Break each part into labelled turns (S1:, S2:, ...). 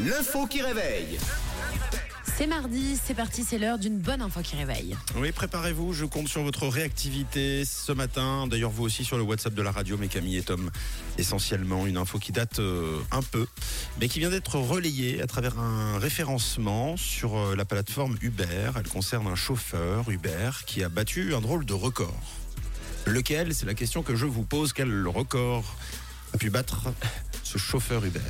S1: L'info qui réveille.
S2: C'est mardi, c'est parti, c'est l'heure d'une bonne info qui réveille.
S3: Oui, préparez-vous, je compte sur votre réactivité ce matin. D'ailleurs, vous aussi sur le WhatsApp de la radio, mais Camille et Tom, essentiellement une info qui date euh, un peu, mais qui vient d'être relayée à travers un référencement sur euh, la plateforme Uber. Elle concerne un chauffeur Uber qui a battu un drôle de record. Lequel C'est la question que je vous pose. Quel record a pu battre ce chauffeur Uber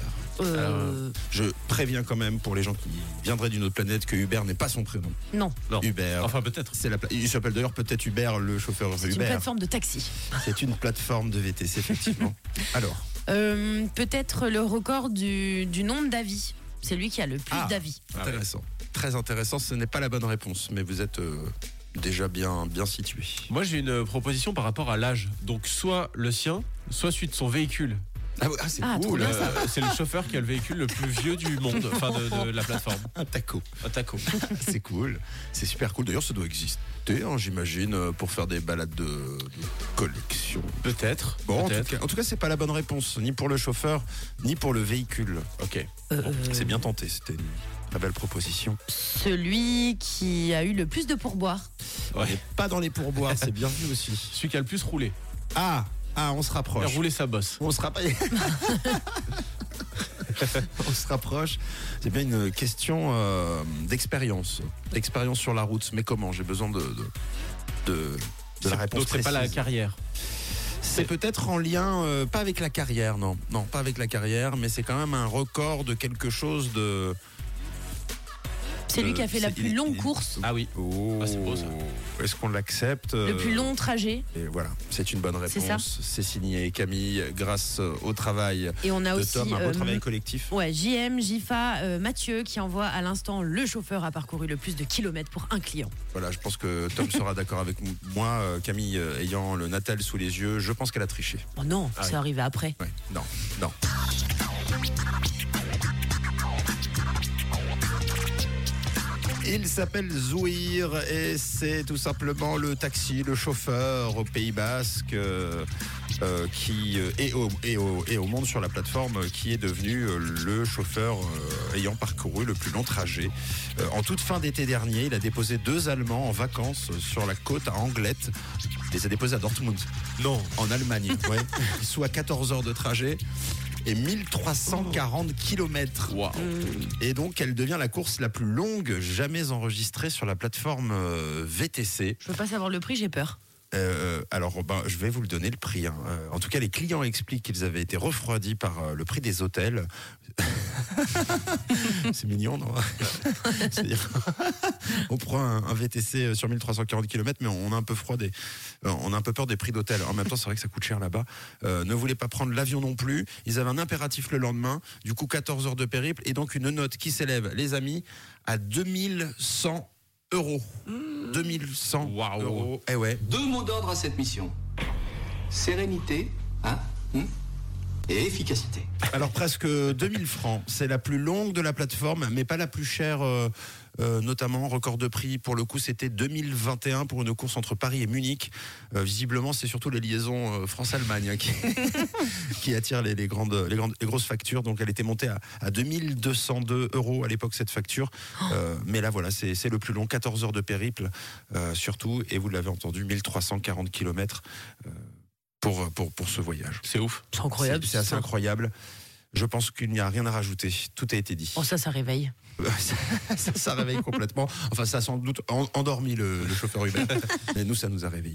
S2: Euh,
S3: Je préviens quand même pour les gens qui viendraient d'une autre planète que Uber n'est pas son prénom.
S2: non,
S4: Non.
S3: Uber.
S4: Enfin, peut-être.
S3: C'est la pla- Il s'appelle d'ailleurs peut-être Uber, le chauffeur
S2: c'est une
S3: Uber.
S2: plateforme de taxi.
S3: C'est une plateforme de VTC, effectivement. Alors,
S2: Euh, Peut-être le record du, du nombre d'avis. C'est lui qui a le plus
S3: Ah.
S2: d'avis.
S3: intéressant. Très intéressant. Ce n'est pas la bonne réponse, mais vous êtes euh, déjà bien, bien situé.
S4: Moi, j'ai une proposition par rapport à l'âge. Donc, soit le sien, soit celui de son véhicule.
S3: Ah, ouais, ah, c'est
S2: Ah,
S3: cool.
S2: trop bien,
S3: euh,
S4: Euh, c'est le chauffeur qui a le véhicule le plus vieux du monde, enfin de, de la plateforme.
S3: un Ah, taco.
S4: Un taco.
S3: C'est cool. C'est super cool. D'ailleurs, ça doit exister, hein, j'imagine, euh, pour faire des balades de, de collection.
S4: Peut-être.
S3: Bon, en tout,
S4: peut-être.
S3: cas, en tout cas, c'est pas la bonne réponse, ni pour le chauffeur, ni pour le véhicule.
S4: Ok.
S2: Euh,
S3: C'est bien tenté. C'était une très belle proposition.
S2: Celui qui a eu le plus de pourboires.
S3: On n'est pas dans les pourboires, c'est bien vu aussi.
S4: Celui qui a le plus roulé.
S3: Ah, ah, on se
S4: Il a
S3: rapproche.
S4: roulé sa bosse.
S3: On se rapproche. on se rapproche. C'est bien une question euh, d'expérience. Expérience sur la route. Mais comment J'ai besoin de, de, de- de la
S4: C'est-
S3: réponse
S4: Donc, c'est pas la
S3: précise.
S4: carrière.
S3: C'est peut-être en lien, euh, pas avec la carrière, non. Non, pas avec la carrière, mais c'est quand même un record de quelque chose de.
S2: C'est lui
S3: de-
S2: qui a fait la
S3: Euh, c'est-
S2: plus
S3: il-
S2: longue
S3: il-
S2: course,
S4: Ah oui.
S3: Oh,
S4: Ah, c'est beau, ça.
S3: Est-ce qu'on l'accepte euh,
S2: le plus long trajet.
S3: Et voilà, c'est une bonne
S2: C'est ça.
S3: réponse. C'est signé Camille grâce euh, au travail
S2: Et on a
S3: de
S2: aussi
S3: Tom, un beau
S2: euh,
S3: travail collectif.
S2: Ouais, JM, Jifa, euh, Mathieu qui envoie à l'instant le chauffeur a parcouru le plus de kilomètres pour un client.
S3: Voilà, je pense que Tom sera d'accord avec m- moi. Euh, Camille euh, ayant le Natal sous les yeux, je pense qu'elle a triché.
S2: Oh non,
S4: Ah
S2: ça
S4: oui.
S2: arrivait après.
S3: Ouais. Non, non. Il s'appelle Zouir et c'est tout simplement le taxi, le chauffeur au Pays Basque euh, euh, qui euh, et, au, et au- et au monde sur la plateforme euh, qui est devenu euh, le chauffeur euh, ayant parcouru le plus long trajet. Euh, en toute fin d'été dernier, il a déposé deux Allemands en vacances sur la côte à Anglette. Il les a déposés à Dortmund
S4: Non.
S3: en Allemagne, ouais. soit 14 heures de trajet et 1340 km.
S4: Waouh.
S3: Et donc, elle devient la course la plus longue jamais enregistrée sur la plateforme euh, VTC.
S2: Je veux pas savoir le prix, j'ai peur.
S3: Euh, alors, ben, je vais vous le donner le prix. hein. Euh, en tout cas, les clients expliquent qu'ils avaient été refroidis par euh, le prix des hôtels. C'est mignon, non C'est-à-dire, on prend un, un VTC euh, sur 1340 km, mais on a un peu froid des, euh, on a un peu peur des prix d'hôtel. En même temps, c'est vrai que ça coûte cher là-bas. Euh, ne voulaient pas prendre l'avion non plus. Ils avaient un impératif le lendemain. Du coup, 14 heures de périple et donc une note qui s'élève, les amis, à 2100 euros. 2100
S4: Waouh.
S3: euros. Eh ouais.
S5: deux mots d'ordre à cette mission. Sérénité, hein, hum, et efficacité.
S3: Alors presque 2000 francs. C'est la plus longue de la plateforme, mais pas la plus chère. euh, euh, notamment record de prix pour le coup c'était 2021 pour une course entre Paris et Munich Euh, visiblement c'est surtout les liaisons euh, France-Allemagne hein, qui, qui attirent les, les grandes, les grandes les grosses factures donc elle était montée à, à 2202 euros à l'époque cette facture Euh, mais là voilà c'est c'est le plus long 14 heures de périple euh, surtout et vous l'avez entendu 1340 km euh, pour, pour, pour ce voyage
S4: C'est ouf.
S2: C'est incroyable.
S3: c'est c'est assez incroyable. Je pense qu'il n'y a rien à rajouter. Tout a été dit.
S2: Oh ça, ça réveille.
S3: ça, ça réveille complètement. Enfin, ça a sans doute en- endormi le, le chauffeur Uber. Mais nous, ça nous a réveillés.